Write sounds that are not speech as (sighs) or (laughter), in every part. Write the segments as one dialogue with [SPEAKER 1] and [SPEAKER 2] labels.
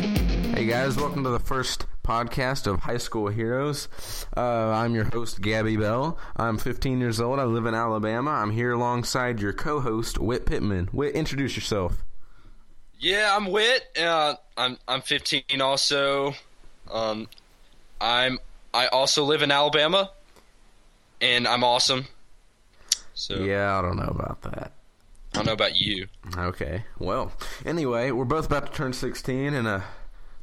[SPEAKER 1] Hey guys, welcome to the first podcast of High School Heroes. Uh, I'm your host, Gabby Bell. I'm 15 years old. I live in Alabama. I'm here alongside your co host, Whit Pittman. Whit, introduce yourself.
[SPEAKER 2] Yeah, I'm Whit. Uh, I'm I'm 15 also. Um, I'm I also live in Alabama, and I'm awesome. So
[SPEAKER 1] Yeah, I don't know about that.
[SPEAKER 2] I don't know about you.
[SPEAKER 1] Okay. Well, anyway, we're both about to turn 16 in a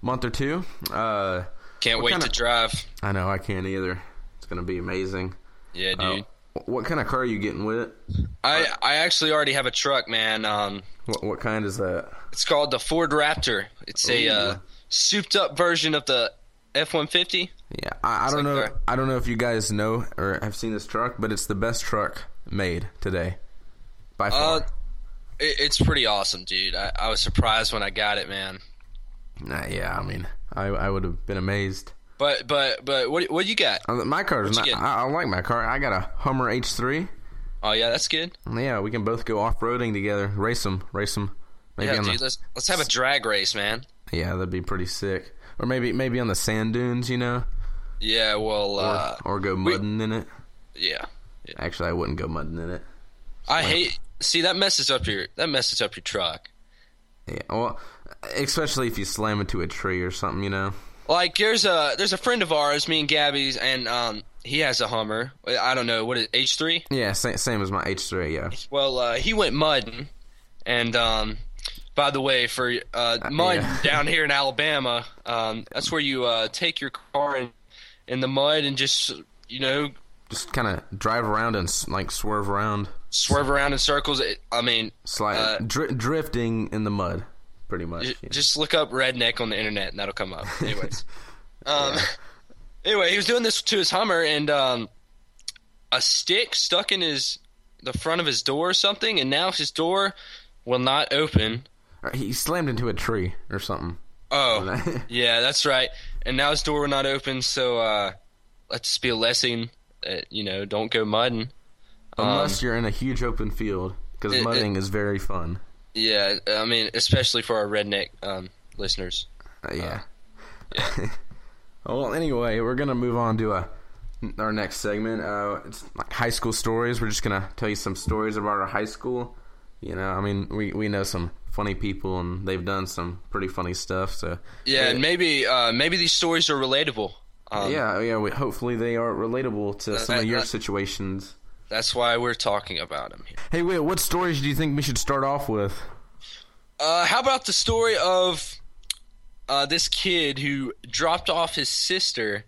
[SPEAKER 1] month or two. Uh,
[SPEAKER 2] Can't
[SPEAKER 1] What
[SPEAKER 2] wait
[SPEAKER 1] kinda-
[SPEAKER 2] to drive.
[SPEAKER 1] I know I can't either. It's going to be amazing.
[SPEAKER 2] Yeah,
[SPEAKER 1] Uh,
[SPEAKER 2] dude.
[SPEAKER 1] wh- what kind of car are you getting with it?
[SPEAKER 2] I I actually already have a truck, man. Um,
[SPEAKER 1] What, what kind is that?
[SPEAKER 2] it's called the Ford Raptor. It's a
[SPEAKER 1] Ooh.
[SPEAKER 2] uh, souped up version of the F150.
[SPEAKER 1] Yeah, I, I don't
[SPEAKER 2] like
[SPEAKER 1] know.
[SPEAKER 2] that.
[SPEAKER 1] I don't know if you guys know or have seen this truck, but it's the best truck made today, by far.
[SPEAKER 2] Uh, it, it's pretty awesome, dude. I, I was surprised when I got it, man.
[SPEAKER 1] Nah, yeah, I mean, I, I would have been amazed.
[SPEAKER 2] But but but what what you got?
[SPEAKER 1] Uh, My car's
[SPEAKER 2] What
[SPEAKER 1] not.
[SPEAKER 2] you getting?
[SPEAKER 1] I, I like my car. I got a Hummer H3.
[SPEAKER 2] Oh yeah, that's good.
[SPEAKER 1] Yeah, we can both go off roading together. Race them, race them. Maybe
[SPEAKER 2] Yeah,
[SPEAKER 1] on
[SPEAKER 2] dude.
[SPEAKER 1] the,
[SPEAKER 2] Let's let's have a drag race, man.
[SPEAKER 1] yeah, that'd be pretty sick. Or maybe maybe on the sand dunes, you know,
[SPEAKER 2] Yeah, well,
[SPEAKER 1] or,
[SPEAKER 2] uh,
[SPEAKER 1] or go mudding in it.
[SPEAKER 2] yeah. yeah.
[SPEAKER 1] Actually, I wouldn't go mudding in it.
[SPEAKER 2] I hate. See, that messes up your that messes up your truck.
[SPEAKER 1] Yeah, well, especially if you slam into a tree or something, you know.
[SPEAKER 2] Like there's a there's a friend of ours, me and Gabby's, and um he has a Hummer. I don't know what is H three.
[SPEAKER 1] Yeah, same, same as my H3. Yeah.
[SPEAKER 2] Well, uh, he went mudding, and um by the way, for uh, mud
[SPEAKER 1] yeah.
[SPEAKER 2] down here in Alabama, um that's where you uh take your car in in the mud and just you know
[SPEAKER 1] just kind of drive around and s- like swerve around,
[SPEAKER 2] swerve around in circles. It, I mean,
[SPEAKER 1] slide,
[SPEAKER 2] Uh,
[SPEAKER 1] dri- drifting in the mud, pretty much.
[SPEAKER 2] Ju- Just look up redneck on the internet, and that'll come up. Anyways, um, (laughs) anyway, he was doing this to his Hummer, and um, a stick stuck in his the front of his door or something, and now his door will not open.
[SPEAKER 1] Or he slammed into a tree or something.
[SPEAKER 2] Oh, yeah, that's right. And now his door will not open. So uh, let's just be a lesson that you know don't go mudding.
[SPEAKER 1] (laughs)
[SPEAKER 2] Um,
[SPEAKER 1] Unless you're in a huge open field, because
[SPEAKER 2] it- it-
[SPEAKER 1] mudding is very fun.
[SPEAKER 2] Yeah, I mean, especially for our redneck um, listeners.
[SPEAKER 1] Uh, yeah. (laughs) Oh, well, anyway, we're gonna move on to uh our next segment. Uh, it's like high school stories. We're just gonna tell you some stories about our high school. You know, I mean, we we know some funny people, and they've done some pretty funny stuff. So
[SPEAKER 2] Yeah, and
[SPEAKER 1] Uh,
[SPEAKER 2] maybe uh, maybe these stories are relatable. Um,
[SPEAKER 1] yeah, yeah. We, hopefully, they are relatable to some of
[SPEAKER 2] that-
[SPEAKER 1] your
[SPEAKER 2] that-
[SPEAKER 1] situations.
[SPEAKER 2] That's why we're talking about him here.
[SPEAKER 1] Hey, Will, what stories do you think we should start off with?
[SPEAKER 2] Uh, how about the story of uh, this kid who dropped off his sister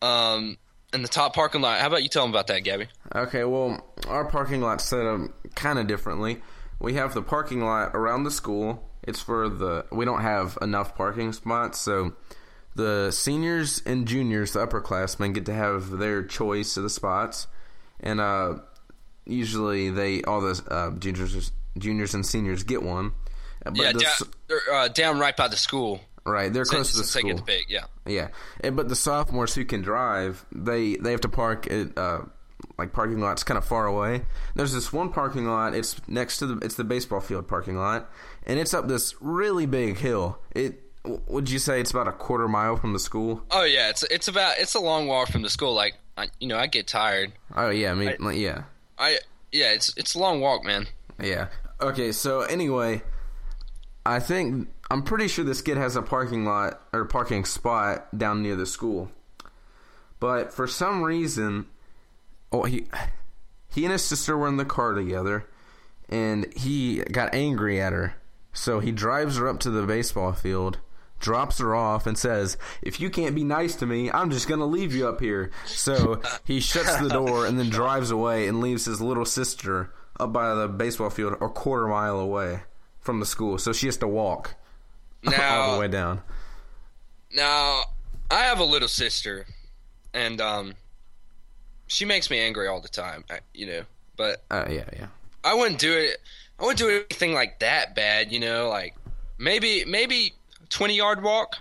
[SPEAKER 2] um, in the top parking lot? How about you tell him about that, Gabby?
[SPEAKER 1] Okay, well, our parking lot's set up kind of differently. We have the parking lot around the school. It's for the we don't have enough parking spots, so the seniors and juniors, the upperclassmen, get to have their choice of the spots, and uh, usually they all the uh, juniors, juniors and seniors get one. But
[SPEAKER 2] yeah,
[SPEAKER 1] the
[SPEAKER 2] down,
[SPEAKER 1] s-
[SPEAKER 2] they're, uh, down right by the school.
[SPEAKER 1] right, they're close to the
[SPEAKER 2] Since they
[SPEAKER 1] school.
[SPEAKER 2] get the pick, yeah.
[SPEAKER 1] Yeah, and, but the sophomores who can drive, they they have to park at uh, like parking lots kind of far away. There's this one parking lot. It's next to the it's the baseball field parking lot, and it's up this really big hill. It w- would you say it's about a quarter mile from the school?
[SPEAKER 2] Oh yeah, it's it's about it's a long walk from the school. Like I, you know, I get tired.
[SPEAKER 1] Oh yeah, I mean like, yeah,
[SPEAKER 2] I yeah, it's it's a long walk, man.
[SPEAKER 1] yeah. Okay, so anyway, I think I'm pretty sure this kid has a parking lot or parking spot down near the school. But for some reason, oh he he and his sister were in the car together and he got angry at her. So he drives her up to the baseball field, drops her off and says, "If you can't be nice to me, I'm just going to leave you up here." So he shuts the door and then drives away and leaves his little sister up by the baseball field a quarter mile away from the school. So she has to walk (laughs) all the
[SPEAKER 2] Now
[SPEAKER 1] way down.
[SPEAKER 2] now I have a little sister, and um, she makes me angry all the time. I, you know, but
[SPEAKER 1] Uh, yeah, yeah.
[SPEAKER 2] I wouldn't do it. I wouldn't do anything like that bad, you know. Like maybe maybe twenty yard walk,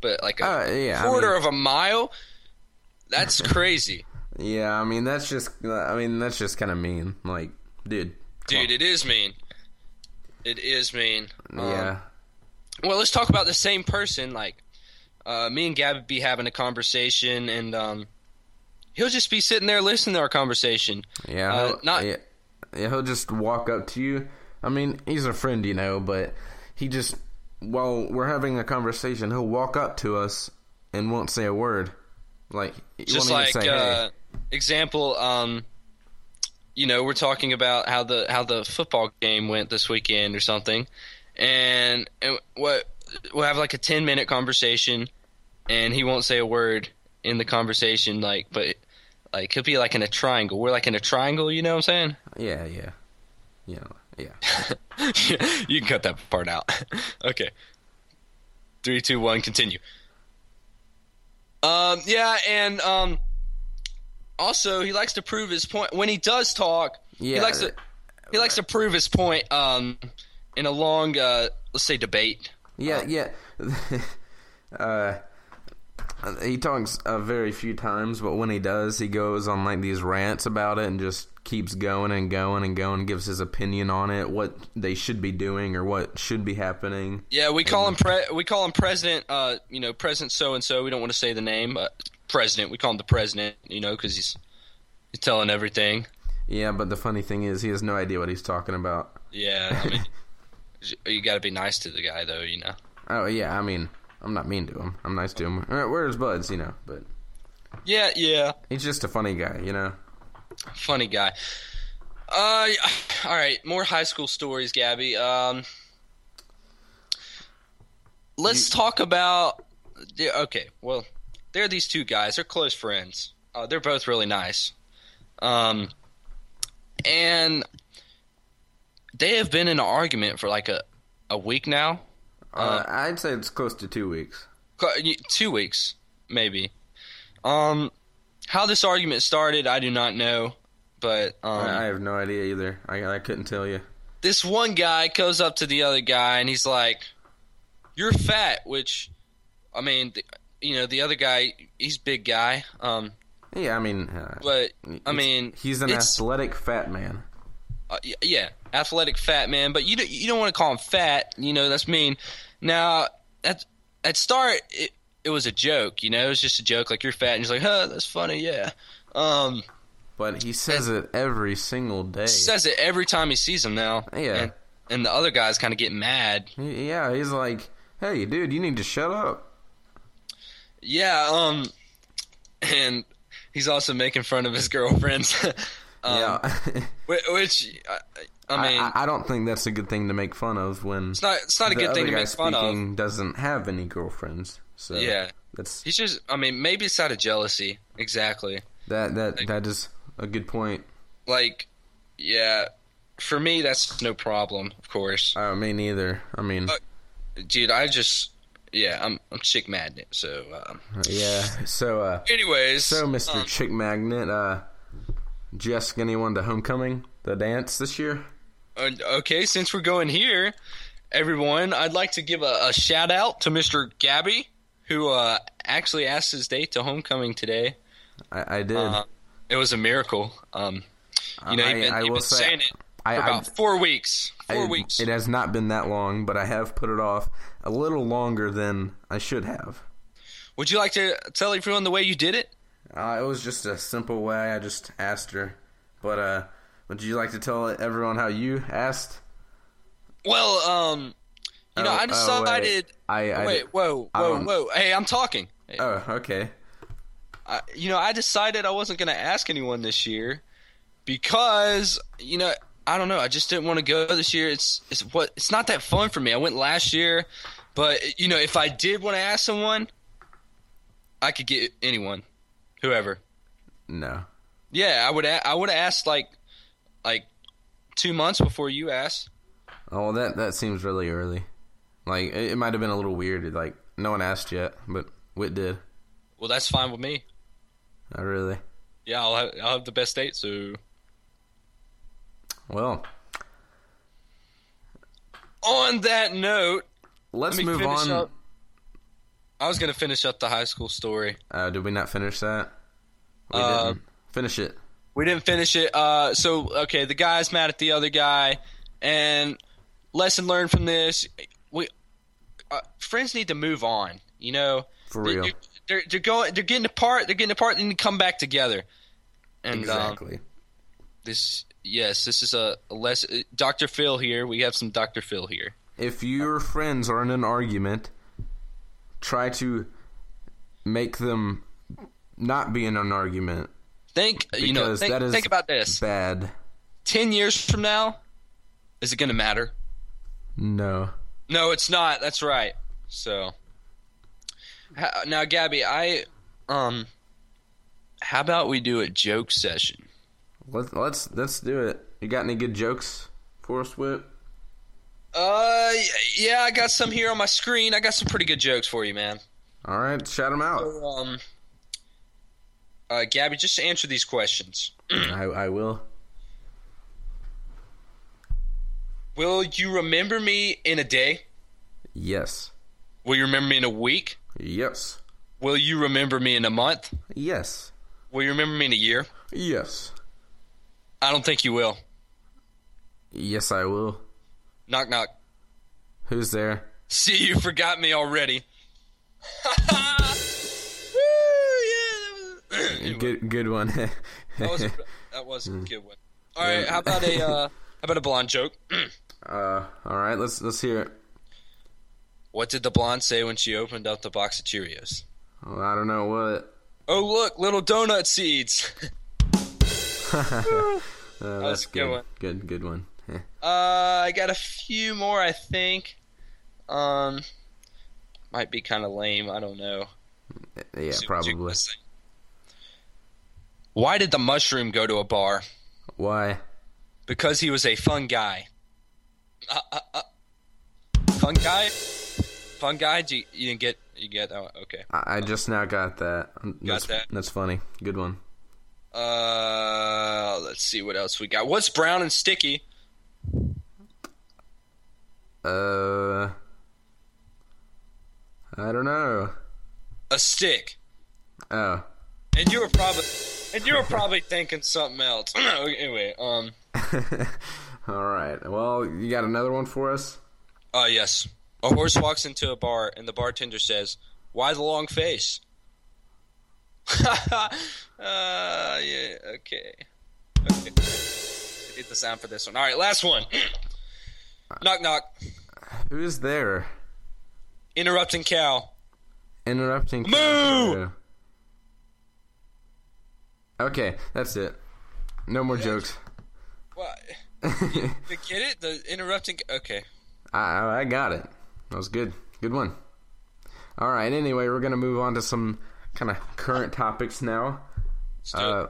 [SPEAKER 2] but like a
[SPEAKER 1] Uh, yeah, I
[SPEAKER 2] quarter of a mile.
[SPEAKER 1] (laughs)
[SPEAKER 2] That's crazy,
[SPEAKER 1] Yeah, I mean that's just I mean that's just kind of mean. Like, dude. come
[SPEAKER 2] dude. It is mean. It is mean.
[SPEAKER 1] on.
[SPEAKER 2] Um,
[SPEAKER 1] yeah.
[SPEAKER 2] Well, let's talk about the same person. Like, uh, me and Gab would be having a conversation, and um, he'll just be sitting there listening to our conversation.
[SPEAKER 1] Yeah,
[SPEAKER 2] Uh,
[SPEAKER 1] he'll-
[SPEAKER 2] not-
[SPEAKER 1] yeah, yeah, he'll just walk up to you. I mean, he's a friend, you know, but he just while we're having a conversation, he'll walk up to us and won't say a word. Like he
[SPEAKER 2] just
[SPEAKER 1] won't
[SPEAKER 2] like
[SPEAKER 1] even say,
[SPEAKER 2] uh, example um you know we're talking about how the how the football game went this weekend or something and, and what we'll have like a 10 minute conversation and he won't say a word in the conversation like but like he'll be like in a triangle we're like in a triangle you know what i'm
[SPEAKER 1] "Hey." Yeah, yeah, you
[SPEAKER 2] uh,
[SPEAKER 1] know, yeah.
[SPEAKER 2] saying (laughs) you can cut that part out (laughs) okay three two one continue um yeah and um also he likes to prove his point when he does talk
[SPEAKER 1] Yeah.
[SPEAKER 2] he likes to he likes to prove his point um in a long uh let's say debate
[SPEAKER 1] Yeah, yeah. (laughs) uh, he talks uh, very few times, but when he does, he goes on like these rants about it and just keeps going and going and going. Gives his opinion on it, what they should be doing or what should be happening.
[SPEAKER 2] yeah we call him pre- we call him president uh you know president so and so we don't want to say the name but president we call him the president you know because he's he's telling everything
[SPEAKER 1] Yeah, but the funny thing is, he has no idea what he's talking about.
[SPEAKER 2] yeah i mean you got to be nice to the guy though you know
[SPEAKER 1] Oh yeah, I mean, I'm not mean to him. I'm nice to him. All right, where's Buds? You know, but
[SPEAKER 2] yeah yeah
[SPEAKER 1] he's just a funny guy. You know.
[SPEAKER 2] funny guy uh yeah. (sighs) all right more high school stories gabby um let's talk about yeah, okay well there are these two guys they're close friends uh, they're both really nice um and they have been in an argument for like a, a week now
[SPEAKER 1] Uh, I'd say it's close to two weeks.
[SPEAKER 2] Cl- y- two weeks maybe um how this argument started i do not know but um
[SPEAKER 1] I I have no idea either. I, I couldn't tell you.
[SPEAKER 2] this one guy goes up to the other guy and he's like, "You're fat," which, I mean, th- you know, the other guy, he's big guy, um,
[SPEAKER 1] Yeah, I mean, uh,
[SPEAKER 2] but I
[SPEAKER 1] It's-
[SPEAKER 2] mean,
[SPEAKER 1] he's an
[SPEAKER 2] it's-
[SPEAKER 1] athletic fat man.
[SPEAKER 2] uh, y- yeah, athletic fat man, but you don't, you don't want to call him fat, you know, that's mean. Now at at start, it it was a joke, you know, it was just a joke, like you're fat, and he's like, "Huh, that's funny, yeah." Um,
[SPEAKER 1] But he says it every single day.
[SPEAKER 2] says it every time he sees him now,
[SPEAKER 1] Yeah.
[SPEAKER 2] and, and the other guy's kind of getting mad,
[SPEAKER 1] He- yeah, he's like, "Hey, dude, you need to shut up."
[SPEAKER 2] Yeah, um and he's also making fun of his girlfriends. (laughs) um,
[SPEAKER 1] yeah, (laughs)
[SPEAKER 2] whi- Which I, I
[SPEAKER 1] I,
[SPEAKER 2] mean,
[SPEAKER 1] I, I don't think that's a good thing to make fun of when
[SPEAKER 2] it's not it's not a
[SPEAKER 1] the
[SPEAKER 2] good
[SPEAKER 1] other
[SPEAKER 2] thing to
[SPEAKER 1] guy
[SPEAKER 2] make fun of.
[SPEAKER 1] speaking doesn't have any girlfriends. So
[SPEAKER 2] Yeah.
[SPEAKER 1] that's
[SPEAKER 2] He's just I mean, maybe it's out of jealousy. Exactly.
[SPEAKER 1] that that that is a good point.
[SPEAKER 2] Like yeah, for me that's no problem, of course.
[SPEAKER 1] I mean, Uh, neither. I mean,
[SPEAKER 2] Uh, Dude, I just yeah, I'm I'm chick magnet. So, um
[SPEAKER 1] uh, yeah. So, uh,
[SPEAKER 2] anyways,
[SPEAKER 1] so Mr.
[SPEAKER 2] um,
[SPEAKER 1] Chick Magnet, uh, Jessica, anyone to homecoming, the dance this year?
[SPEAKER 2] Uh, okay, since we're going here, everyone, I'd like to give a, a shout out to Mr. Gabby, who uh, actually asked his date to homecoming today.
[SPEAKER 1] I, I did.
[SPEAKER 2] Uh, it was a miracle. Um, you know,
[SPEAKER 1] I-
[SPEAKER 2] he'd been,
[SPEAKER 1] I
[SPEAKER 2] he'd
[SPEAKER 1] will
[SPEAKER 2] been
[SPEAKER 1] say,
[SPEAKER 2] saying it
[SPEAKER 1] I-
[SPEAKER 2] for
[SPEAKER 1] I-
[SPEAKER 2] about four weeks. Four
[SPEAKER 1] I-
[SPEAKER 2] weeks.
[SPEAKER 1] It has not been that long, but I have put it off a little longer than I should have.
[SPEAKER 2] Would you like to tell everyone the way you did it?
[SPEAKER 1] Uh, it was just a simple way. I just asked her. But uh, would you like to tell everyone how you asked?
[SPEAKER 2] Well, um, you know,
[SPEAKER 1] Oh,
[SPEAKER 2] I
[SPEAKER 1] oh,
[SPEAKER 2] decided.
[SPEAKER 1] wait. I, I
[SPEAKER 2] wait, whoa,
[SPEAKER 1] I
[SPEAKER 2] whoa,
[SPEAKER 1] don't-
[SPEAKER 2] whoa. Hey, I'm talking. Hey,
[SPEAKER 1] Oh, okay.
[SPEAKER 2] I, you know, I decided I wasn't going to ask anyone this year because you know I don't know. I just didn't want to go this year. It's it's what it's not that fun for me. I went last year, but you know, if I did want to ask someone, I could get anyone, whoever.
[SPEAKER 1] No.
[SPEAKER 2] Yeah, I would. A- I would have asked like like two months before you asked.
[SPEAKER 1] Oh, well, that that seems really early. Like it, it might have been a little weird. Like no one asked yet, but Wit did.
[SPEAKER 2] Well, that's fine with me.
[SPEAKER 1] Not really.
[SPEAKER 2] Yeah, I'll have, I'll have the best date. So
[SPEAKER 1] Well,
[SPEAKER 2] on that note,
[SPEAKER 1] let's
[SPEAKER 2] let me
[SPEAKER 1] move
[SPEAKER 2] finish
[SPEAKER 1] on.
[SPEAKER 2] up. I was gonna finish up the high school story.
[SPEAKER 1] Uh, did we not finish that? We
[SPEAKER 2] Uh,
[SPEAKER 1] didn't. Finish it.
[SPEAKER 2] We didn't finish it. Uh, so okay, the guy's mad at the other guy, and lesson learned from this: we uh, friends need to move on. You know,
[SPEAKER 1] For
[SPEAKER 2] They-
[SPEAKER 1] real.
[SPEAKER 2] They're, they're, they're going. They're getting apart. They're getting apart, and then come back together. And um,
[SPEAKER 1] exactly.
[SPEAKER 2] this, yes, this is a a less uh, Dr. Phil here. We have some Dr. Phil here.
[SPEAKER 1] if your friends are in an argument, try to make them not be in an argument.
[SPEAKER 2] Think uh, you know.
[SPEAKER 1] Because
[SPEAKER 2] Think,
[SPEAKER 1] that is
[SPEAKER 2] think about this.
[SPEAKER 1] Bad.
[SPEAKER 2] Ten years from now, is it going to matter?
[SPEAKER 1] No.
[SPEAKER 2] No, it's not. That's right. So Ha- now, Gabby, I um, how about we do a joke session?
[SPEAKER 1] Let's let's let's do it. You got any good jokes for us, Whip?
[SPEAKER 2] Uh, y- yeah, I got some here on my screen. I got some pretty good jokes for you, man.
[SPEAKER 1] All right, shout them out.
[SPEAKER 2] So, um, uh, Gabby, just answer these questions.
[SPEAKER 1] I I will.
[SPEAKER 2] Will you remember me in a day?
[SPEAKER 1] Yes.
[SPEAKER 2] Will you remember me in a week?
[SPEAKER 1] Yes.
[SPEAKER 2] Will you remember me in a month?
[SPEAKER 1] Yes.
[SPEAKER 2] Will you remember me in a year?
[SPEAKER 1] Yes.
[SPEAKER 2] I don't think you will.
[SPEAKER 1] Yes, I will.
[SPEAKER 2] Knock knock.
[SPEAKER 1] Who's there?
[SPEAKER 2] See, you forgot me already. (laughs) Woo, yeah, that was, Anyway,
[SPEAKER 1] Good good one. (laughs)
[SPEAKER 2] that was (clears throat) that was a
[SPEAKER 1] Hmm.
[SPEAKER 2] good one. All right, how about a uh, how about a blonde joke? (clears throat)
[SPEAKER 1] uh, all right, let's let's hear it.
[SPEAKER 2] what did the blonde say when she opened up the box of Cheerios?
[SPEAKER 1] Well, I don't know what.
[SPEAKER 2] Oh look, little donut seeds. (laughs)
[SPEAKER 1] Uh,
[SPEAKER 2] was
[SPEAKER 1] that's
[SPEAKER 2] a good one.
[SPEAKER 1] Good good one. (laughs) Heh.
[SPEAKER 2] Uh, I got a few more, I think. Um, might be kind of lame. I don't know.
[SPEAKER 1] Yeah,
[SPEAKER 2] See what you
[SPEAKER 1] probably.
[SPEAKER 2] guys think. Why did the mushroom go to a bar?
[SPEAKER 1] Why?
[SPEAKER 2] Because he was a fun guy. Uh, uh, uh. Fun guy. Fun guy. Do you, you didn't get? You get? Oh, okay.
[SPEAKER 1] I, I just now got that. Got that's,
[SPEAKER 2] that.
[SPEAKER 1] That's funny. Good one.
[SPEAKER 2] Uh, let's see what else we got. What's brown and sticky?
[SPEAKER 1] Uh, I don't know.
[SPEAKER 2] A stick.
[SPEAKER 1] Oh,
[SPEAKER 2] And you were probably, and you were probably thinking something else. (clears throat) anyway, um.
[SPEAKER 1] (laughs) all right. Well, you got another one for us?
[SPEAKER 2] Uh, yes. A horse walks into a bar, and the bartender says, "Why the long face?" (laughs) uh, yeah. Okay. Okay. Get the sound for this one. All right, last one. (clears throat) knock knock.
[SPEAKER 1] Who's there?
[SPEAKER 2] Interrupting cow.
[SPEAKER 1] Interrupting.
[SPEAKER 2] Moo!
[SPEAKER 1] Okay, that's it. No more jokes. (laughs)
[SPEAKER 2] What?
[SPEAKER 1] I
[SPEAKER 2] You get it? The interrupting. Okay.
[SPEAKER 1] I I got it. That was good. Good one. All right. Anyway, we're gonna move on to some kind of current topics now.
[SPEAKER 2] So,
[SPEAKER 1] Uh,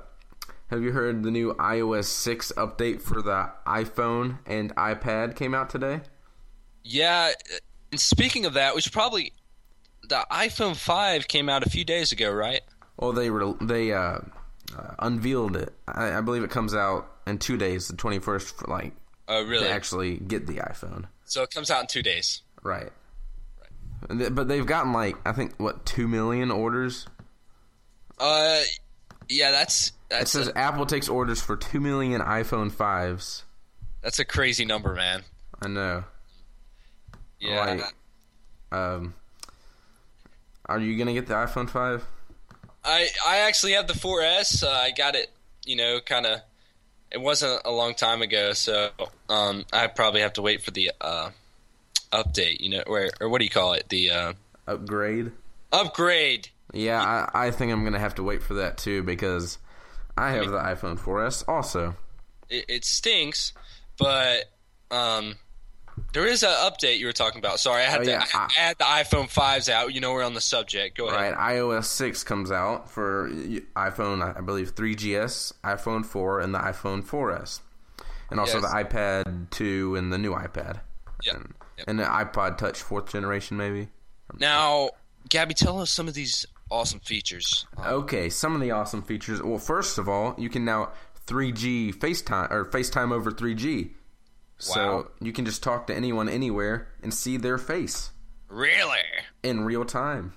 [SPEAKER 1] have you heard the new iOS 6 update for the iPhone and iPad came out today?
[SPEAKER 2] yeah. And speaking of that, we should probably. The iPhone 5 came out a few days ago, right?
[SPEAKER 1] Well, they re- they uh, uh, unveiled it. I-, I believe it comes out in two days, the 21st, for like
[SPEAKER 2] Oh,
[SPEAKER 1] to
[SPEAKER 2] really?
[SPEAKER 1] actually get the iPhone.
[SPEAKER 2] so it comes out in two days.
[SPEAKER 1] Right. And th- But they've gotten like I think what two million orders.
[SPEAKER 2] Uh, yeah, that's
[SPEAKER 1] It
[SPEAKER 2] that's
[SPEAKER 1] says Apple takes orders for two million iPhone fives.
[SPEAKER 2] That's a crazy number, man.
[SPEAKER 1] I know.
[SPEAKER 2] Yeah.
[SPEAKER 1] Like, um, are you gonna get the iPhone five?
[SPEAKER 2] I I actually have the 4S. Uh, I got it, you know, kind of it wasn't a long time ago, so um I probably have to wait for the uh update, you know, or or what do you call it? The uh
[SPEAKER 1] Upgrade.
[SPEAKER 2] upgrade.
[SPEAKER 1] Yeah, I, I think I'm gonna have to wait for that too because I have the iPhone 4S also.
[SPEAKER 2] It, it stinks, but um there is an update you were talking about. Sorry, I had
[SPEAKER 1] Oh,
[SPEAKER 2] to
[SPEAKER 1] yeah,
[SPEAKER 2] I had to add the iPhone 5s out. You know, we're on the subject. Go ahead.
[SPEAKER 1] Right, iOS 6 comes out for y- iPhone, I believe 3GS, iPhone 4, and the iPhone 4S, and also
[SPEAKER 2] Yes.
[SPEAKER 1] the iPad 2 and the new iPad,
[SPEAKER 2] Yeah.
[SPEAKER 1] and,
[SPEAKER 2] Yep.
[SPEAKER 1] and the iPod Touch fourth generation maybe.
[SPEAKER 2] Now, Gabby, tell us some of these awesome features.
[SPEAKER 1] Okay, some of the awesome features. Well, first of all, you can now 3G FaceTime or FaceTime over 3G,
[SPEAKER 2] Wow.
[SPEAKER 1] so you can just talk to anyone anywhere and see their face.
[SPEAKER 2] Really?
[SPEAKER 1] in real time.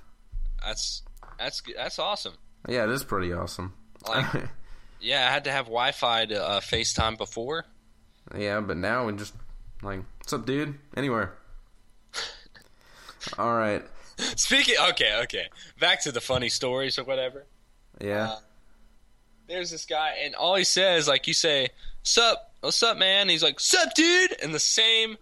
[SPEAKER 2] That's that's good- that's awesome.
[SPEAKER 1] Yeah, it is pretty awesome.
[SPEAKER 2] Like-
[SPEAKER 1] (laughs)
[SPEAKER 2] Yeah, I had to have Wi-Fi to uh, FaceTime before. (laughs) (laughs)
[SPEAKER 1] yeah, but now we just like, what's up, dude? Anywhere. All right.
[SPEAKER 2] Speaking. Okay, okay. Back to the funny stories or whatever.
[SPEAKER 1] Yeah.
[SPEAKER 2] Uh, there's this guy, and all he says, like, you say, "Sup, what's up, man?" And he's like, "Sup, dude," and the same,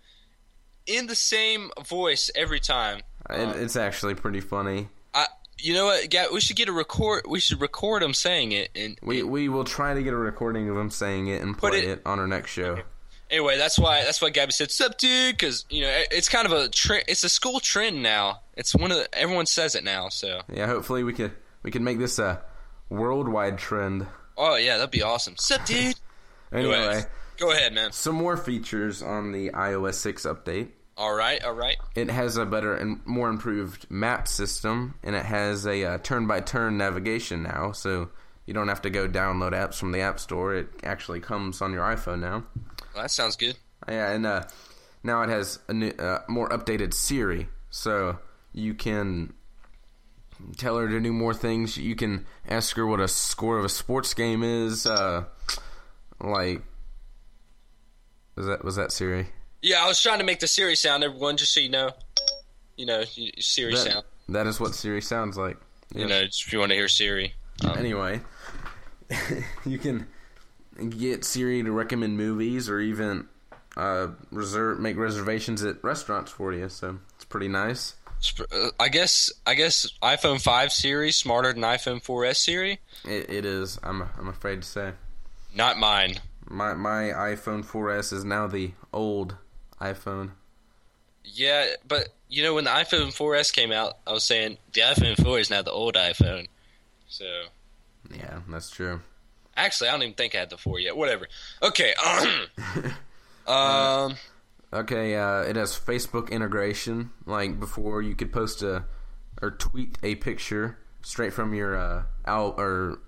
[SPEAKER 2] in the same voice every time.
[SPEAKER 1] it, it's actually pretty funny.
[SPEAKER 2] I, you know what, guy, we should get a record. We should record him saying it. And
[SPEAKER 1] We we will try to get a recording of him saying it and
[SPEAKER 2] Put
[SPEAKER 1] play it,
[SPEAKER 2] it-
[SPEAKER 1] on our next show.
[SPEAKER 2] anyway, that's why that's why Gabby said, "Sup, dude," because you know it- it's kind of a trend. It's a school trend now. It's one of the, everyone says it now. So,
[SPEAKER 1] Yeah, hopefully we could we can make this a worldwide trend.
[SPEAKER 2] oh yeah, that'd be awesome. Sup, dude.
[SPEAKER 1] Anyway,
[SPEAKER 2] Anyway, go ahead, man.
[SPEAKER 1] some more features on the iOS 6 update.
[SPEAKER 2] All right, all right.
[SPEAKER 1] It has a better and more improved map system, and it has a uh, turn-by-turn navigation now, so you don't have to go download apps from the App Store. It actually comes on your iPhone now.
[SPEAKER 2] Well, that sounds good.
[SPEAKER 1] Yeah, and uh, now it has a new, uh, more updated Siri, so you can tell her to do more things. You can ask her what a score of a sports game is. Uh, like, was that was that Siri?
[SPEAKER 2] Yeah, I was trying to make the Siri sound, everyone, just so you know. You know, y- Siri
[SPEAKER 1] That,
[SPEAKER 2] sound.
[SPEAKER 1] that is what Siri sounds like.
[SPEAKER 2] You know, just if you want to hear Siri. Um,
[SPEAKER 1] Anyway, (laughs) you can get Siri to recommend movies or even uh, reserve make reservations at restaurants for you. So it's pretty nice.
[SPEAKER 2] sp- uh, I guess I guess iPhone 5 Siri smarter than iPhone 4S Siri.
[SPEAKER 1] It, it is. I'm I'm afraid to say.
[SPEAKER 2] Not mine.
[SPEAKER 1] My my iPhone 4S is now the old iPhone.
[SPEAKER 2] Yeah, but you know when the iPhone 4S came out, I was saying the iPhone 4 is now the old iPhone. So
[SPEAKER 1] Yeah, that's true.
[SPEAKER 2] actually, I don't even think I had the 4 yet. Whatever. Okay. (clears throat) um.
[SPEAKER 1] Okay, uh, it has Facebook integration. Like before, you could post a or tweet a picture straight from your uh, al- or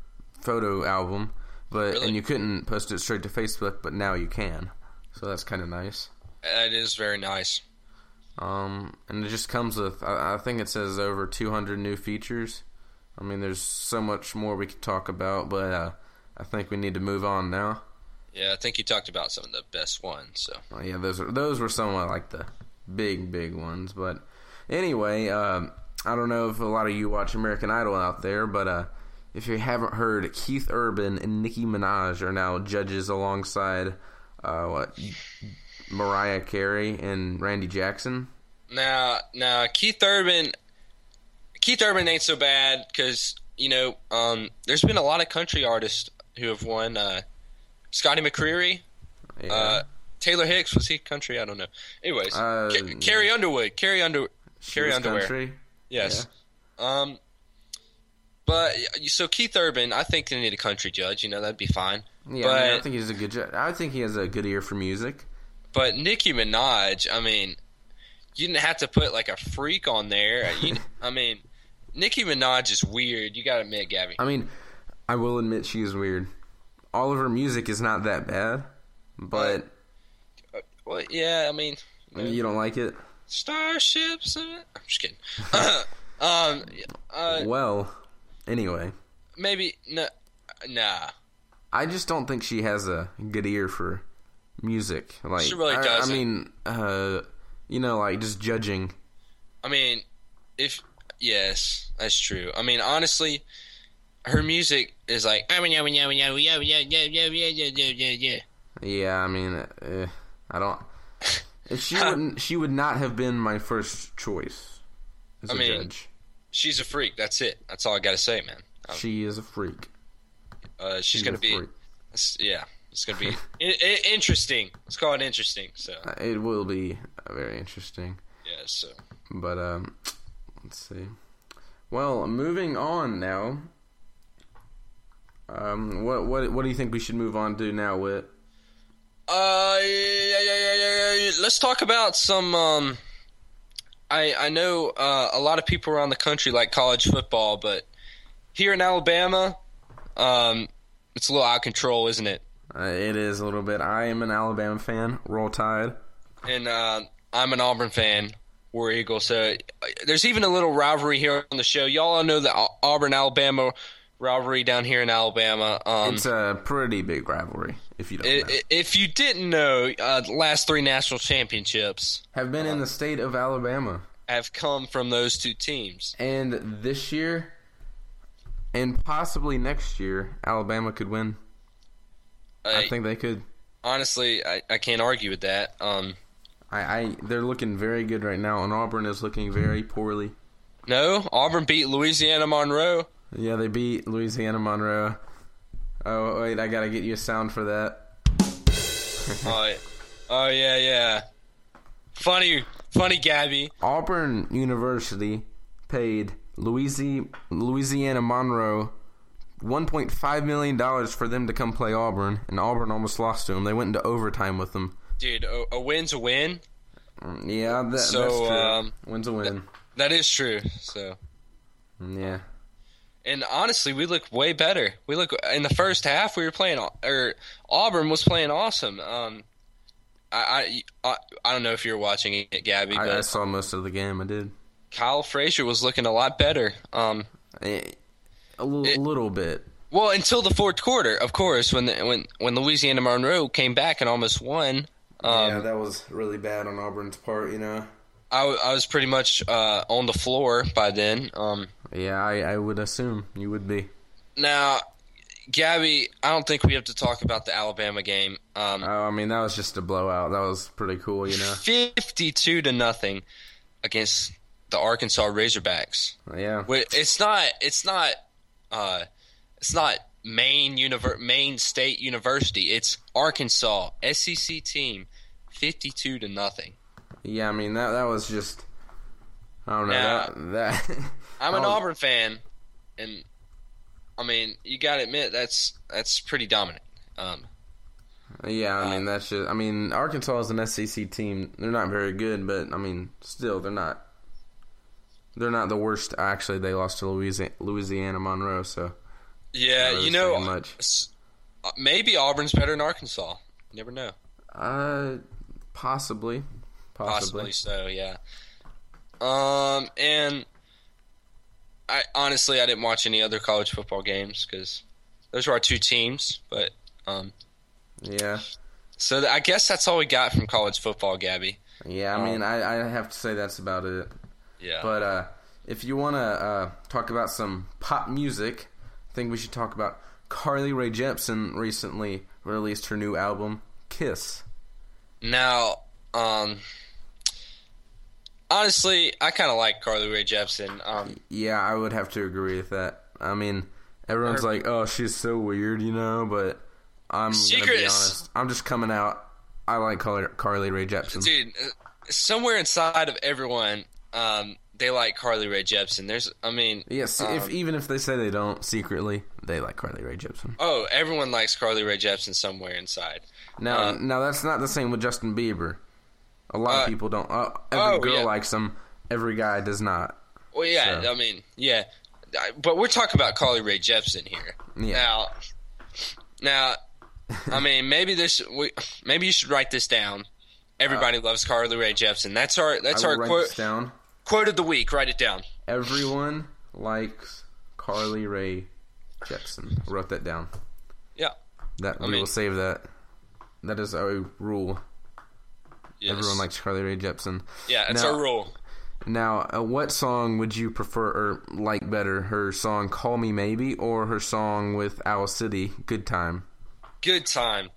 [SPEAKER 1] photo album, but
[SPEAKER 2] Really?
[SPEAKER 1] and you couldn't post it straight to Facebook, but now you can. So that's kind of nice.
[SPEAKER 2] That is very nice.
[SPEAKER 1] Um, and it just comes with I, I think it says over 200 new features. I mean, there's so much more we could talk about, but uh, I think we need to move on now.
[SPEAKER 2] Yeah, I think you talked about some of the best ones. So
[SPEAKER 1] Well, yeah, those are those were some of like the big big ones. But anyway, um, I don't know if a lot of you watch American Idol out there, but uh, if you haven't heard, Keith Urban and Nicki Minaj are now judges alongside uh, what Mariah Carey and Randy Jackson.
[SPEAKER 2] now, now Keith Urban, Keith Urban ain't so bad because you know um, there's been a lot of country artists who have won. Uh, Scotty McCreery,
[SPEAKER 1] Yeah.
[SPEAKER 2] uh, Taylor Hicks was he country? I don't know. Anyways,
[SPEAKER 1] Uh,
[SPEAKER 2] Ca- Carrie Underwood, Carrie Underwood,
[SPEAKER 1] She
[SPEAKER 2] Carrie
[SPEAKER 1] was
[SPEAKER 2] Underwear.
[SPEAKER 1] country.
[SPEAKER 2] Yes. Um, but so Keith Urban, I think they need a country judge. You know that'd be fine.
[SPEAKER 1] Yeah,
[SPEAKER 2] but
[SPEAKER 1] I, mean, I think he's a good. Ju- I think he has a good ear for music.
[SPEAKER 2] But Nicki Minaj, I mean, you didn't have to put like a freak on there. You, (laughs) I mean, Nicki Minaj is weird. You got to admit, Gabby.
[SPEAKER 1] I mean, I will admit she is weird. All of her music is not that bad, but
[SPEAKER 2] Well, yeah, I mean,
[SPEAKER 1] you don't like it.
[SPEAKER 2] starships. uh, I'm just kidding. (laughs) um, uh,
[SPEAKER 1] Well, anyway,
[SPEAKER 2] maybe no, nah.
[SPEAKER 1] I just don't think she has a good ear for music. Like
[SPEAKER 2] She really
[SPEAKER 1] I-
[SPEAKER 2] doesn't.
[SPEAKER 1] I, mean, uh, you know, like just judging.
[SPEAKER 2] I mean, if yes, that's true. I mean, honestly, her music is like yeah, yeah, yeah, yeah, yeah, yeah, yeah, yeah, yeah, yeah, yeah, yeah.
[SPEAKER 1] Yeah, I mean, uh, I don't. If
[SPEAKER 2] (laughs)
[SPEAKER 1] she wouldn't, she would not have been my first choice as a
[SPEAKER 2] I mean,
[SPEAKER 1] judge.
[SPEAKER 2] She's a freak. That's it. That's all I gotta say, man.
[SPEAKER 1] She is a freak.
[SPEAKER 2] Uh, um, she's,
[SPEAKER 1] She's
[SPEAKER 2] gonna
[SPEAKER 1] a
[SPEAKER 2] be.
[SPEAKER 1] freak.
[SPEAKER 2] It's- yeah, it's gonna be i i interesting. Let's call it interesting. So
[SPEAKER 1] It will be uh, very interesting.
[SPEAKER 2] yeah, so
[SPEAKER 1] But um, let's see. Well, moving on now. Um, what what what do you think we should move on to now? With
[SPEAKER 2] uh, yeah, yeah, yeah, yeah, yeah. let's talk about some. Um, I I know uh, a lot of people around the country like college football, but here in Alabama, um, it's a little out of control, isn't it?
[SPEAKER 1] uh, it is a little bit. I am an Alabama fan. Roll Tide.
[SPEAKER 2] And uh, I'm an Auburn fan. War Eagle. So uh, there's even a little rivalry here on the show. Y'all all know the Au- Auburn Alabama rivalry down here in Alabama. Um,
[SPEAKER 1] It's a pretty big rivalry. If you don't
[SPEAKER 2] I-
[SPEAKER 1] know.
[SPEAKER 2] i- If you didn't know, uh, the last three national championships
[SPEAKER 1] have been in the state of Alabama.
[SPEAKER 2] have come from those two teams.
[SPEAKER 1] And this year, and possibly next year, Alabama could win. I,
[SPEAKER 2] I-
[SPEAKER 1] think they could.
[SPEAKER 2] honestly, I, I can't argue with that. Um,
[SPEAKER 1] I, I they're looking very good right now, and Auburn is looking very poorly.
[SPEAKER 2] no, Auburn beat Louisiana Monroe.
[SPEAKER 1] Yeah, they beat Louisiana Monroe. Oh wait, I gotta get you a sound for that.
[SPEAKER 2] Oh, oh yeah, yeah. Funny, funny, Gabby.
[SPEAKER 1] Auburn University paid Louisi- Louisiana Monroe $1.5 million for them to come play Auburn, and Auburn almost lost to them. They went into overtime with them.
[SPEAKER 2] Dude, a, a win's a win.
[SPEAKER 1] Mm, Yeah, that,
[SPEAKER 2] So,
[SPEAKER 1] that's true.
[SPEAKER 2] um,
[SPEAKER 1] Wins a win.
[SPEAKER 2] That is true. So,
[SPEAKER 1] Mm, yeah.
[SPEAKER 2] and honestly, we look way better. We look in the first half. We were playing, au- or Auburn was playing awesome. Um, I, I, I, I don't know if you're watching it, Gabby, but
[SPEAKER 1] I, I saw most of the game. I did.
[SPEAKER 2] Kyle Frazier was looking a lot better. Um,
[SPEAKER 1] Eh, A l-
[SPEAKER 2] It-
[SPEAKER 1] little bit.
[SPEAKER 2] Well, until the fourth quarter, of course, when the, when when Louisiana Monroe came back and almost won, um,
[SPEAKER 1] that was really bad on Auburn's part, you know?
[SPEAKER 2] I, w- I was pretty much uh, on the floor by then. Um,
[SPEAKER 1] Yeah, I, I would assume you would be.
[SPEAKER 2] now, Gabby, I don't think we have to talk about the Alabama game. Um,
[SPEAKER 1] Oh, I mean, that was just a blowout. That was pretty cool, you
[SPEAKER 2] (laughs)
[SPEAKER 1] know?
[SPEAKER 2] Fifty-two to nothing against the Arkansas Razorbacks.
[SPEAKER 1] Yeah.
[SPEAKER 2] Wait, It's not. It's not. Uh, it's not Maine Univer- Maine State University. It's Arkansas SEC team, fifty-two to nothing.
[SPEAKER 1] Yeah, I mean that that was just I don't know
[SPEAKER 2] Yeah.
[SPEAKER 1] that that (laughs)
[SPEAKER 2] I'm an
[SPEAKER 1] that was-
[SPEAKER 2] Auburn fan, and I mean, you gotta admit that's that's pretty dominant. Um,
[SPEAKER 1] Yeah, I mean that's just I mean Arkansas is an SEC team. They're not very good, but I mean still they're not they're not the worst. Actually, they lost to Louisiana, Louisiana Monroe, so
[SPEAKER 2] yeah,
[SPEAKER 1] really
[SPEAKER 2] Uh, you know,
[SPEAKER 1] saying much.
[SPEAKER 2] s- uh, maybe Auburn's better than Arkansas. You never know.
[SPEAKER 1] uh possibly
[SPEAKER 2] Possibly
[SPEAKER 1] possibly.
[SPEAKER 2] so. Yeah. Um, and I honestly I didn't watch any other college football games because those were our two teams. But um,
[SPEAKER 1] Yeah.
[SPEAKER 2] so th- I guess that's all we got from college football, Gabby.
[SPEAKER 1] Yeah,
[SPEAKER 2] Um,
[SPEAKER 1] I mean I I have to say that's about it.
[SPEAKER 2] Yeah.
[SPEAKER 1] But uh if you want to uh talk about some pop music, I think we should talk about Carly Rae Jepsen recently released her new album Kiss.
[SPEAKER 2] Now, um, honestly, I kind of like Carly Rae Jepsen. Um,
[SPEAKER 1] Yeah, I would have to agree with that. I mean, everyone's like, "Oh, she's so weird," you know, but I'm going to
[SPEAKER 2] Secret
[SPEAKER 1] be
[SPEAKER 2] is-
[SPEAKER 1] honest. I'm just coming out. I like Carly, Carly Rae Jepsen.
[SPEAKER 2] dude, uh, somewhere inside of everyone, um, they like Carly Rae Jepsen. There's, I mean,
[SPEAKER 1] Yes,
[SPEAKER 2] um,
[SPEAKER 1] if even if they say they don't secretly, they like Carly Rae Jepsen.
[SPEAKER 2] oh, everyone likes Carly Rae Jepsen somewhere inside.
[SPEAKER 1] Now,
[SPEAKER 2] Uh,
[SPEAKER 1] now that's not the same with Justin Bieber. A lot
[SPEAKER 2] Uh,
[SPEAKER 1] of people don't. Uh, every
[SPEAKER 2] oh,
[SPEAKER 1] girl
[SPEAKER 2] yeah.
[SPEAKER 1] likes him. Every guy does not.
[SPEAKER 2] Well, yeah,
[SPEAKER 1] So-
[SPEAKER 2] I mean, yeah, I- but we're talking about Carly Rae Jepsen here.
[SPEAKER 1] Yeah.
[SPEAKER 2] Now, now, I
[SPEAKER 1] (laughs)
[SPEAKER 2] mean, maybe this, we, maybe you should write this down. Everybody loves Carly Rae Jepsen. That's our, that's
[SPEAKER 1] Uh, I
[SPEAKER 2] our
[SPEAKER 1] will write
[SPEAKER 2] quote.
[SPEAKER 1] this down.
[SPEAKER 2] Quote of the week. Write it down.
[SPEAKER 1] Everyone likes Carly Rae Jepsen. I wrote that down.
[SPEAKER 2] Yeah.
[SPEAKER 1] That we
[SPEAKER 2] mean-
[SPEAKER 1] will save that. That is our rule.
[SPEAKER 2] Yes.
[SPEAKER 1] Everyone likes Carly Rae Jepsen.
[SPEAKER 2] Yeah, that's
[SPEAKER 1] now,
[SPEAKER 2] our rule.
[SPEAKER 1] Now, uh, what song would you prefer or like better? Her song "Call Me Maybe" or her song with Owl City "Good Time"?
[SPEAKER 2] Good time.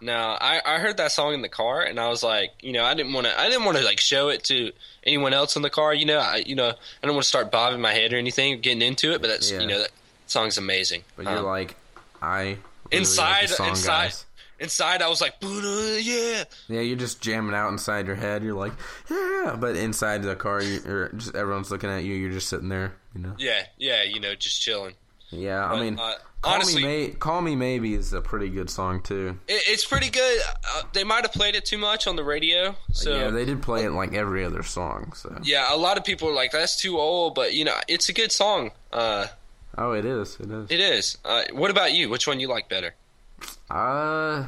[SPEAKER 2] Now, I, I heard that song in the car, and I was like, you know, I didn't want to, I didn't want to like show it to anyone else in the car. You know, I, you know, I don't want to start bobbing my head or anything, getting into it. But that's,
[SPEAKER 1] Yeah.
[SPEAKER 2] you know, that song's amazing.
[SPEAKER 1] But you're
[SPEAKER 2] Um,
[SPEAKER 1] like, I really like this
[SPEAKER 2] inside,
[SPEAKER 1] song,
[SPEAKER 2] inside,
[SPEAKER 1] guys.
[SPEAKER 2] inside, I was like, "Buddha, yeah,
[SPEAKER 1] Yeah, you're just jamming out inside your head. You're like, yeah, but inside the car, you- you're just everyone's looking at you. You're just sitting there, you know.
[SPEAKER 2] yeah, yeah. You know, just chilling.
[SPEAKER 1] Yeah, I mean,
[SPEAKER 2] uh,
[SPEAKER 1] call
[SPEAKER 2] honestly-
[SPEAKER 1] me May- call me maybe is a pretty good song too.
[SPEAKER 2] It, it's pretty good. Uh, they might have played it too much on the radio, so
[SPEAKER 1] yeah, they did play it like every other song. So
[SPEAKER 2] yeah, a lot of people are like, "That's too old," but you know, it's a good song. Uh,
[SPEAKER 1] oh, it is, it is.
[SPEAKER 2] It is. Uh, what about you? Which one you like better?
[SPEAKER 1] Uh,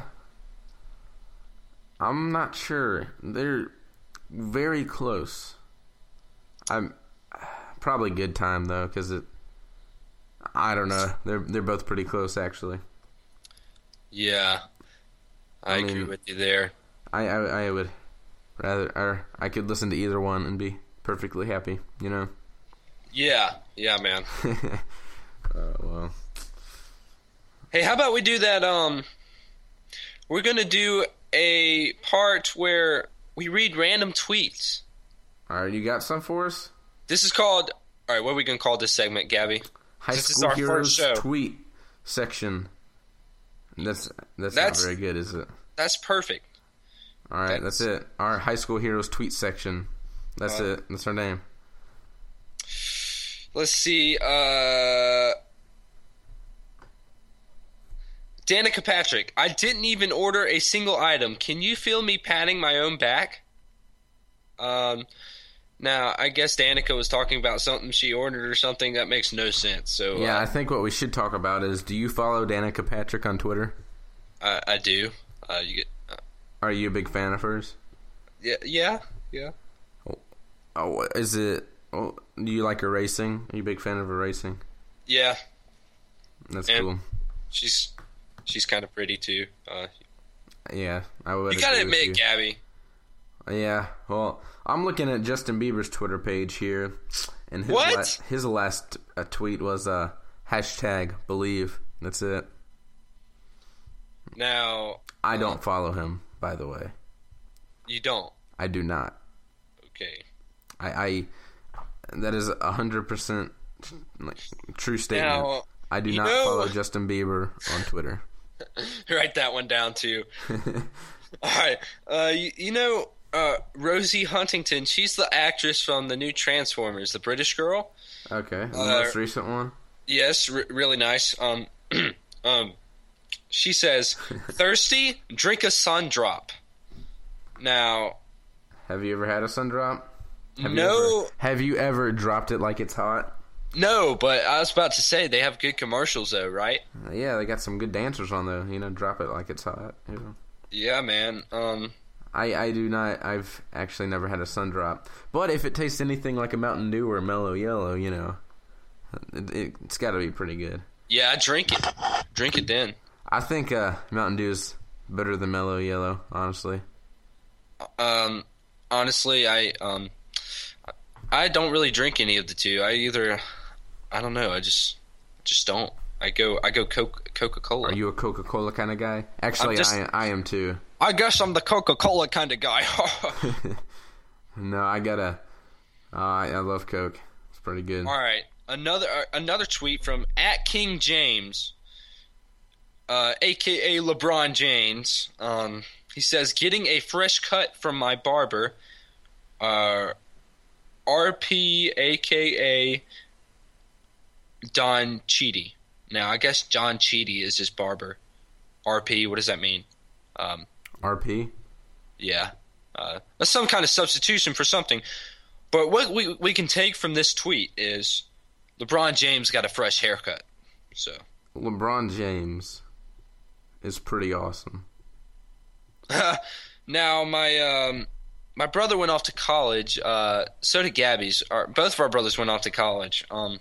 [SPEAKER 1] I'm not sure. They're very close. I'm probably good time though because it. I don't know. They're they're both pretty close actually.
[SPEAKER 2] Yeah, I,
[SPEAKER 1] I
[SPEAKER 2] agree
[SPEAKER 1] mean-
[SPEAKER 2] with you there.
[SPEAKER 1] I, I I would rather or I could listen to either one and be perfectly happy, you know. (laughs)
[SPEAKER 2] Yeah, yeah, man.
[SPEAKER 1] oh Uh, well.
[SPEAKER 2] Hey, how about we do that? Um, we're gonna do a part where we read random tweets.
[SPEAKER 1] All right, you got some for us?
[SPEAKER 2] This is called. All right, what are we gonna call this segment, Gabby?
[SPEAKER 1] High
[SPEAKER 2] This is
[SPEAKER 1] school
[SPEAKER 2] our first
[SPEAKER 1] heroes
[SPEAKER 2] show.
[SPEAKER 1] tweet section. That's that's,
[SPEAKER 2] That's-
[SPEAKER 1] not very good, is it?
[SPEAKER 2] That's perfect.
[SPEAKER 1] All right, that's, it. Our high school heroes tweet section. That's
[SPEAKER 2] Uh,
[SPEAKER 1] it. That's our name.
[SPEAKER 2] Let's see. Uh, Danica Patrick, I didn't even order a single item. Can you feel me patting my own back? Um, now I guess Danica was talking about something she ordered or something that makes no sense. So uh,
[SPEAKER 1] Yeah, I think what we should talk about is: Do you follow Danica Patrick on Twitter?
[SPEAKER 2] uh, I, I do. Uh, you get, uh,
[SPEAKER 1] Are you a big fan of hers?
[SPEAKER 2] yeah, yeah, yeah.
[SPEAKER 1] Oh, is it? Oh, do you like her racing? Are you a big fan of her racing?
[SPEAKER 2] Yeah,
[SPEAKER 1] That's
[SPEAKER 2] Yeah.
[SPEAKER 1] cool.
[SPEAKER 2] she's she's kind of pretty too. Uh,
[SPEAKER 1] Yeah, I would.
[SPEAKER 2] you gotta
[SPEAKER 1] agree with
[SPEAKER 2] admit,
[SPEAKER 1] you.
[SPEAKER 2] Gabby.
[SPEAKER 1] Yeah, well, I'm looking at Justin Bieber's Twitter page here, and his
[SPEAKER 2] What?
[SPEAKER 1] la- his last uh, tweet was uh, hashtag believe. That's it.
[SPEAKER 2] Now
[SPEAKER 1] I don't follow him, by the way.
[SPEAKER 2] you don't.
[SPEAKER 1] I do not.
[SPEAKER 2] Okay.
[SPEAKER 1] I, I that is a hundred percent like true statement.
[SPEAKER 2] Now, (laughs)
[SPEAKER 1] I do
[SPEAKER 2] you
[SPEAKER 1] not
[SPEAKER 2] know-
[SPEAKER 1] follow Justin Bieber on Twitter. (laughs)
[SPEAKER 2] Write that one down too. All right. Uh, you, you know uh, Rosie Huntington? She's the actress from the new Transformers, the British girl.
[SPEAKER 1] Okay, the
[SPEAKER 2] Uh,
[SPEAKER 1] most recent one.
[SPEAKER 2] Yes, r- really nice. Um, (clears throat) um,
[SPEAKER 1] (laughs)
[SPEAKER 2] she says, "Thirsty? Drink a sun drop." Now,
[SPEAKER 1] Have you ever had a sun drop? Have You
[SPEAKER 2] No.
[SPEAKER 1] ever, have you ever dropped it like it's hot?
[SPEAKER 2] no, but I was about to say they have good commercials though, right?
[SPEAKER 1] Uh, yeah, they got some good dancers on though. You know, drop it like it's hot. You know.
[SPEAKER 2] Yeah, man. Um,
[SPEAKER 1] I, I do not. I've actually never had a sun drop. But if it tastes anything like a Mountain Dew or Mellow Yellow, you know, it, it, it's got to be pretty good.
[SPEAKER 2] yeah, I drink it. Drink it then.
[SPEAKER 1] I think uh, Mountain Dew is better than Mellow Yellow, honestly.
[SPEAKER 2] Um, honestly, I um, I don't really drink any of the two. I either, I don't know. I just, just don't. I go, I go Coca Cola.
[SPEAKER 1] Are you a Coca Cola kind of guy? Actually,
[SPEAKER 2] just-
[SPEAKER 1] I, I am too. (laughs)
[SPEAKER 2] I guess I'm the Coca Cola kind of guy. (laughs) All
[SPEAKER 1] No, I gotta. Uh, I, I love Coke. It's pretty good.
[SPEAKER 2] right, another uh, another tweet from at King James, uh, aka LeBron James. Um, he says, "Getting a fresh cut from my barber." Uh, RP aka Don Cheedy. Now I guess John Cheedy is his barber. RP, what does that mean? Um,
[SPEAKER 1] RP.
[SPEAKER 2] yeah, uh, that's some kind of substitution for something. But what we we can take from this tweet is LeBron James got a fresh haircut. So (laughs)
[SPEAKER 1] LeBron James is pretty awesome.
[SPEAKER 2] now my um, my brother went off to college. Uh, so did Gabby's. Our, both of our brothers went off to college. Um,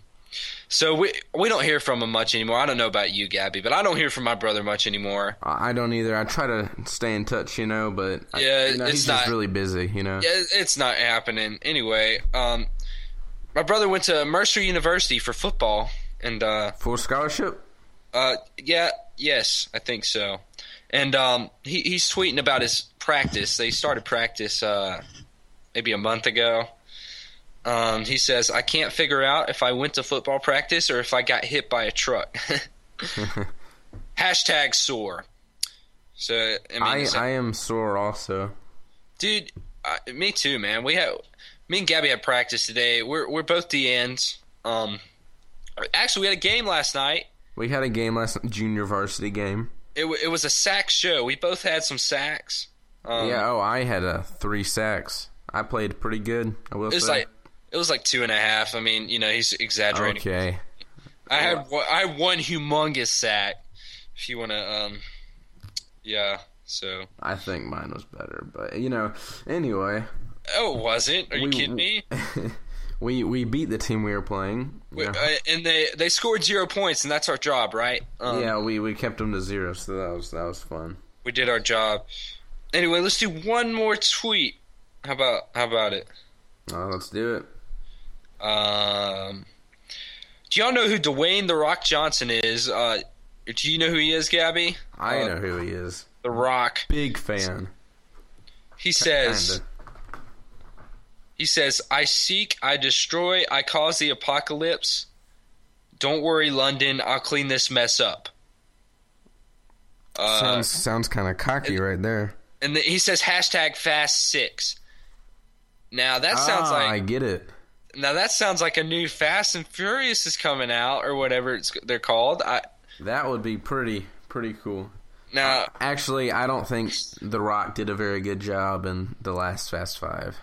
[SPEAKER 2] so we we don't hear from him much anymore. I don't know about you, Gabby, but I don't hear from my brother much anymore.
[SPEAKER 1] I I don't either. I try to stay in touch, you know, but I-
[SPEAKER 2] Yeah,
[SPEAKER 1] you know,
[SPEAKER 2] it's
[SPEAKER 1] he's
[SPEAKER 2] not-
[SPEAKER 1] just really busy, you know.
[SPEAKER 2] Yeah, it's not happening anyway. Um, my brother went to Mercer University for football, and uh,
[SPEAKER 1] Full
[SPEAKER 2] (laughs)
[SPEAKER 1] scholarship.
[SPEAKER 2] Uh, yeah, yes, I think so. And um, he, he's tweeting about his practice. They started practice uh, maybe a month ago. Um, he says, "I can't figure out if I went to football practice or if I got hit by a truck." (laughs) Hashtag sore. So I mean,
[SPEAKER 1] I
[SPEAKER 2] it's like-
[SPEAKER 1] I am sore also.
[SPEAKER 2] dude, I, me too, man. We had me and Gabby had practice today. We're we're both DNs. Um, actually, we had a game last night.
[SPEAKER 1] We had a game last junior varsity game.
[SPEAKER 2] it, w- it was a sack show. We both had some sacks. Um,
[SPEAKER 1] yeah. Oh, I had a three sacks. I played pretty good. I will
[SPEAKER 2] it was
[SPEAKER 1] say.
[SPEAKER 2] like it was like two and a half. I mean, you know, he's exaggerating.
[SPEAKER 1] okay.
[SPEAKER 2] I had one, I had one humongous sack. If you want to, um, yeah. So,
[SPEAKER 1] I think mine was better, but you know. Anyway, (laughs)
[SPEAKER 2] oh, was it? Are you
[SPEAKER 1] We-
[SPEAKER 2] kidding me?
[SPEAKER 1] we we beat the team we were playing.
[SPEAKER 2] We-
[SPEAKER 1] yeah.
[SPEAKER 2] uh, and they they scored zero points, and that's our job, right? Um,
[SPEAKER 1] yeah, we we kept them to zero, so that was that was fun.
[SPEAKER 2] we did our job. Anyway, let's do one more tweet. How about how about it?
[SPEAKER 1] Uh, let's do it.
[SPEAKER 2] Um, do y'all know who Dwayne the Rock Johnson is? Uh, do you know who he is, Gabby?
[SPEAKER 1] I
[SPEAKER 2] Uh,
[SPEAKER 1] know who he is.
[SPEAKER 2] The Rock.
[SPEAKER 1] Big fan.
[SPEAKER 2] He says.
[SPEAKER 1] Kinda.
[SPEAKER 2] He says, I seek, I destroy, I cause the apocalypse. Don't worry, London, I'll clean this mess up. Uh,
[SPEAKER 1] sounds sounds kind of cocky right there.
[SPEAKER 2] and the, he says hashtag fast six. Now that sounds
[SPEAKER 1] ah, I
[SPEAKER 2] like
[SPEAKER 1] get it.
[SPEAKER 2] now that sounds like a new Fast and Furious is coming out or whatever it's they're called. I
[SPEAKER 1] That would be pretty pretty cool.
[SPEAKER 2] now
[SPEAKER 1] Actually, I don't think The Rock did a very good job in the last Fast Five.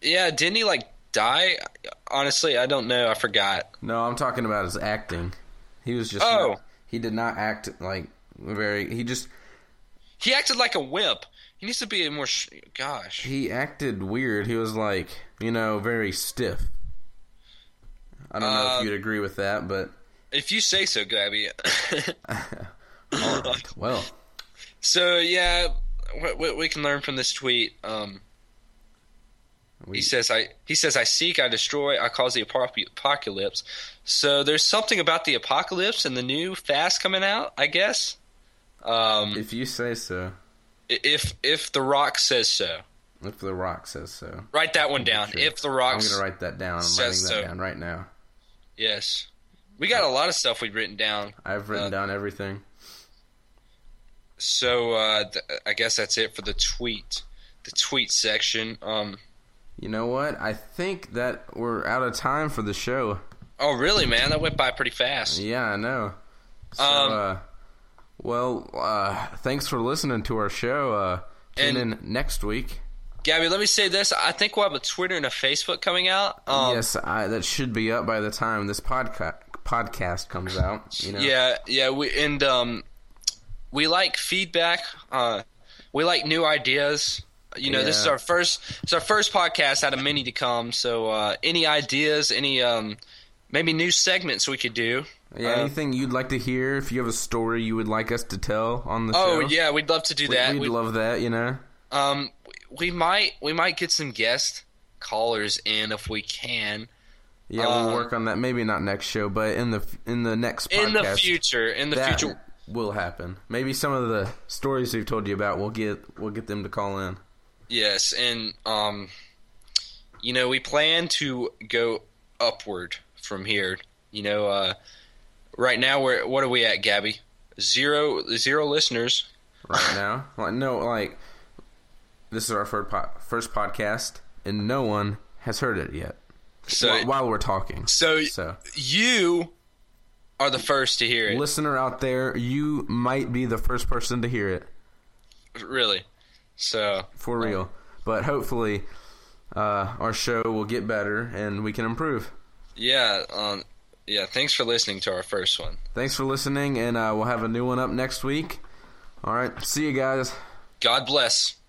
[SPEAKER 2] yeah, didn't he like die? Honestly, I don't know. I forgot.
[SPEAKER 1] No, I'm talking about his acting. He was just
[SPEAKER 2] Oh.
[SPEAKER 1] he did not act like very. He just
[SPEAKER 2] He acted like a wimp. He needs to be more. Sh- gosh,
[SPEAKER 1] he acted weird. He was like you know very stiff. I don't know
[SPEAKER 2] Um,
[SPEAKER 1] if you'd agree with that,
[SPEAKER 2] (coughs)
[SPEAKER 1] but
[SPEAKER 2] if you say so, Gabby. (laughs)
[SPEAKER 1] well,
[SPEAKER 2] so yeah, what, what we can learn from this tweet. Um,
[SPEAKER 1] we,
[SPEAKER 2] He says, "I." He says, "I seek, I destroy, I cause the apo- apocalypse." So there's something about the apocalypse and the new fast coming out, I guess. Um,
[SPEAKER 1] if you say so,
[SPEAKER 2] i- if if The Rock says so,
[SPEAKER 1] if The Rock says so,
[SPEAKER 2] write that one down.
[SPEAKER 1] Sure.
[SPEAKER 2] If The
[SPEAKER 1] I'm
[SPEAKER 2] Rock,
[SPEAKER 1] gonna write that down. I'm
[SPEAKER 2] says
[SPEAKER 1] writing that
[SPEAKER 2] so.
[SPEAKER 1] down right now.
[SPEAKER 2] yes, we got a lot of stuff we've written down.
[SPEAKER 1] I've written
[SPEAKER 2] Uh,
[SPEAKER 1] down everything.
[SPEAKER 2] So uh, th- I guess that's it for the tweet, the tweet section. Um,
[SPEAKER 1] You know what? I think that we're out of time for the show.
[SPEAKER 2] oh, really, man? That went by pretty fast.
[SPEAKER 1] Yeah, I know. So,
[SPEAKER 2] Um,
[SPEAKER 1] uh, well, uh, thanks for listening to our show. Uh, tune
[SPEAKER 2] And-
[SPEAKER 1] in next week.
[SPEAKER 2] Gabby, let me say this: I think we'll have a Twitter and a Facebook coming out. Um,
[SPEAKER 1] yes, I, that should be up by the time this podcast podcast comes out. You know,
[SPEAKER 2] Yeah, yeah, we and um, we like feedback. Uh, we like new ideas. You know, this is
[SPEAKER 1] Yeah.
[SPEAKER 2] our first. It's our first podcast out of many to come. So, uh, any ideas? Any um, maybe new segments we could do?
[SPEAKER 1] Yeah,
[SPEAKER 2] Uh,
[SPEAKER 1] anything you'd like to hear? If you have a story you would like us to tell on the
[SPEAKER 2] oh
[SPEAKER 1] show,
[SPEAKER 2] yeah, we'd love to do
[SPEAKER 1] we,
[SPEAKER 2] that.
[SPEAKER 1] would
[SPEAKER 2] We,
[SPEAKER 1] love that. You know,
[SPEAKER 2] um, we might we might get some guest callers in if we can
[SPEAKER 1] yeah,
[SPEAKER 2] Uh,
[SPEAKER 1] we'll work on that. Maybe not next show, but in the in the next podcast,
[SPEAKER 2] in the future. In the
[SPEAKER 1] that
[SPEAKER 2] future,
[SPEAKER 1] will happen. Maybe some of the stories we've told you about, we'll get we'll get them to call in.
[SPEAKER 2] Yes, and um, you know, we plan to go upward from here. You know, uh, right now we're what are we at, Gabby? Zero, zero listeners.
[SPEAKER 1] right
[SPEAKER 2] (laughs)
[SPEAKER 1] now. Like no, like this is our first po- first podcast, and no one has heard it yet.
[SPEAKER 2] So,
[SPEAKER 1] wh- while we're talking,
[SPEAKER 2] so
[SPEAKER 1] so
[SPEAKER 2] you are the first to hear it.
[SPEAKER 1] listener out there, you might be the first person to hear it
[SPEAKER 2] Really. So
[SPEAKER 1] for real. But hopefully, uh, our show will get better and we can improve.
[SPEAKER 2] yeah, um, yeah. Thanks for listening to our first one.
[SPEAKER 1] Thanks for listening, and uh, we'll have a new one up next week. All right, see you guys.
[SPEAKER 2] God bless.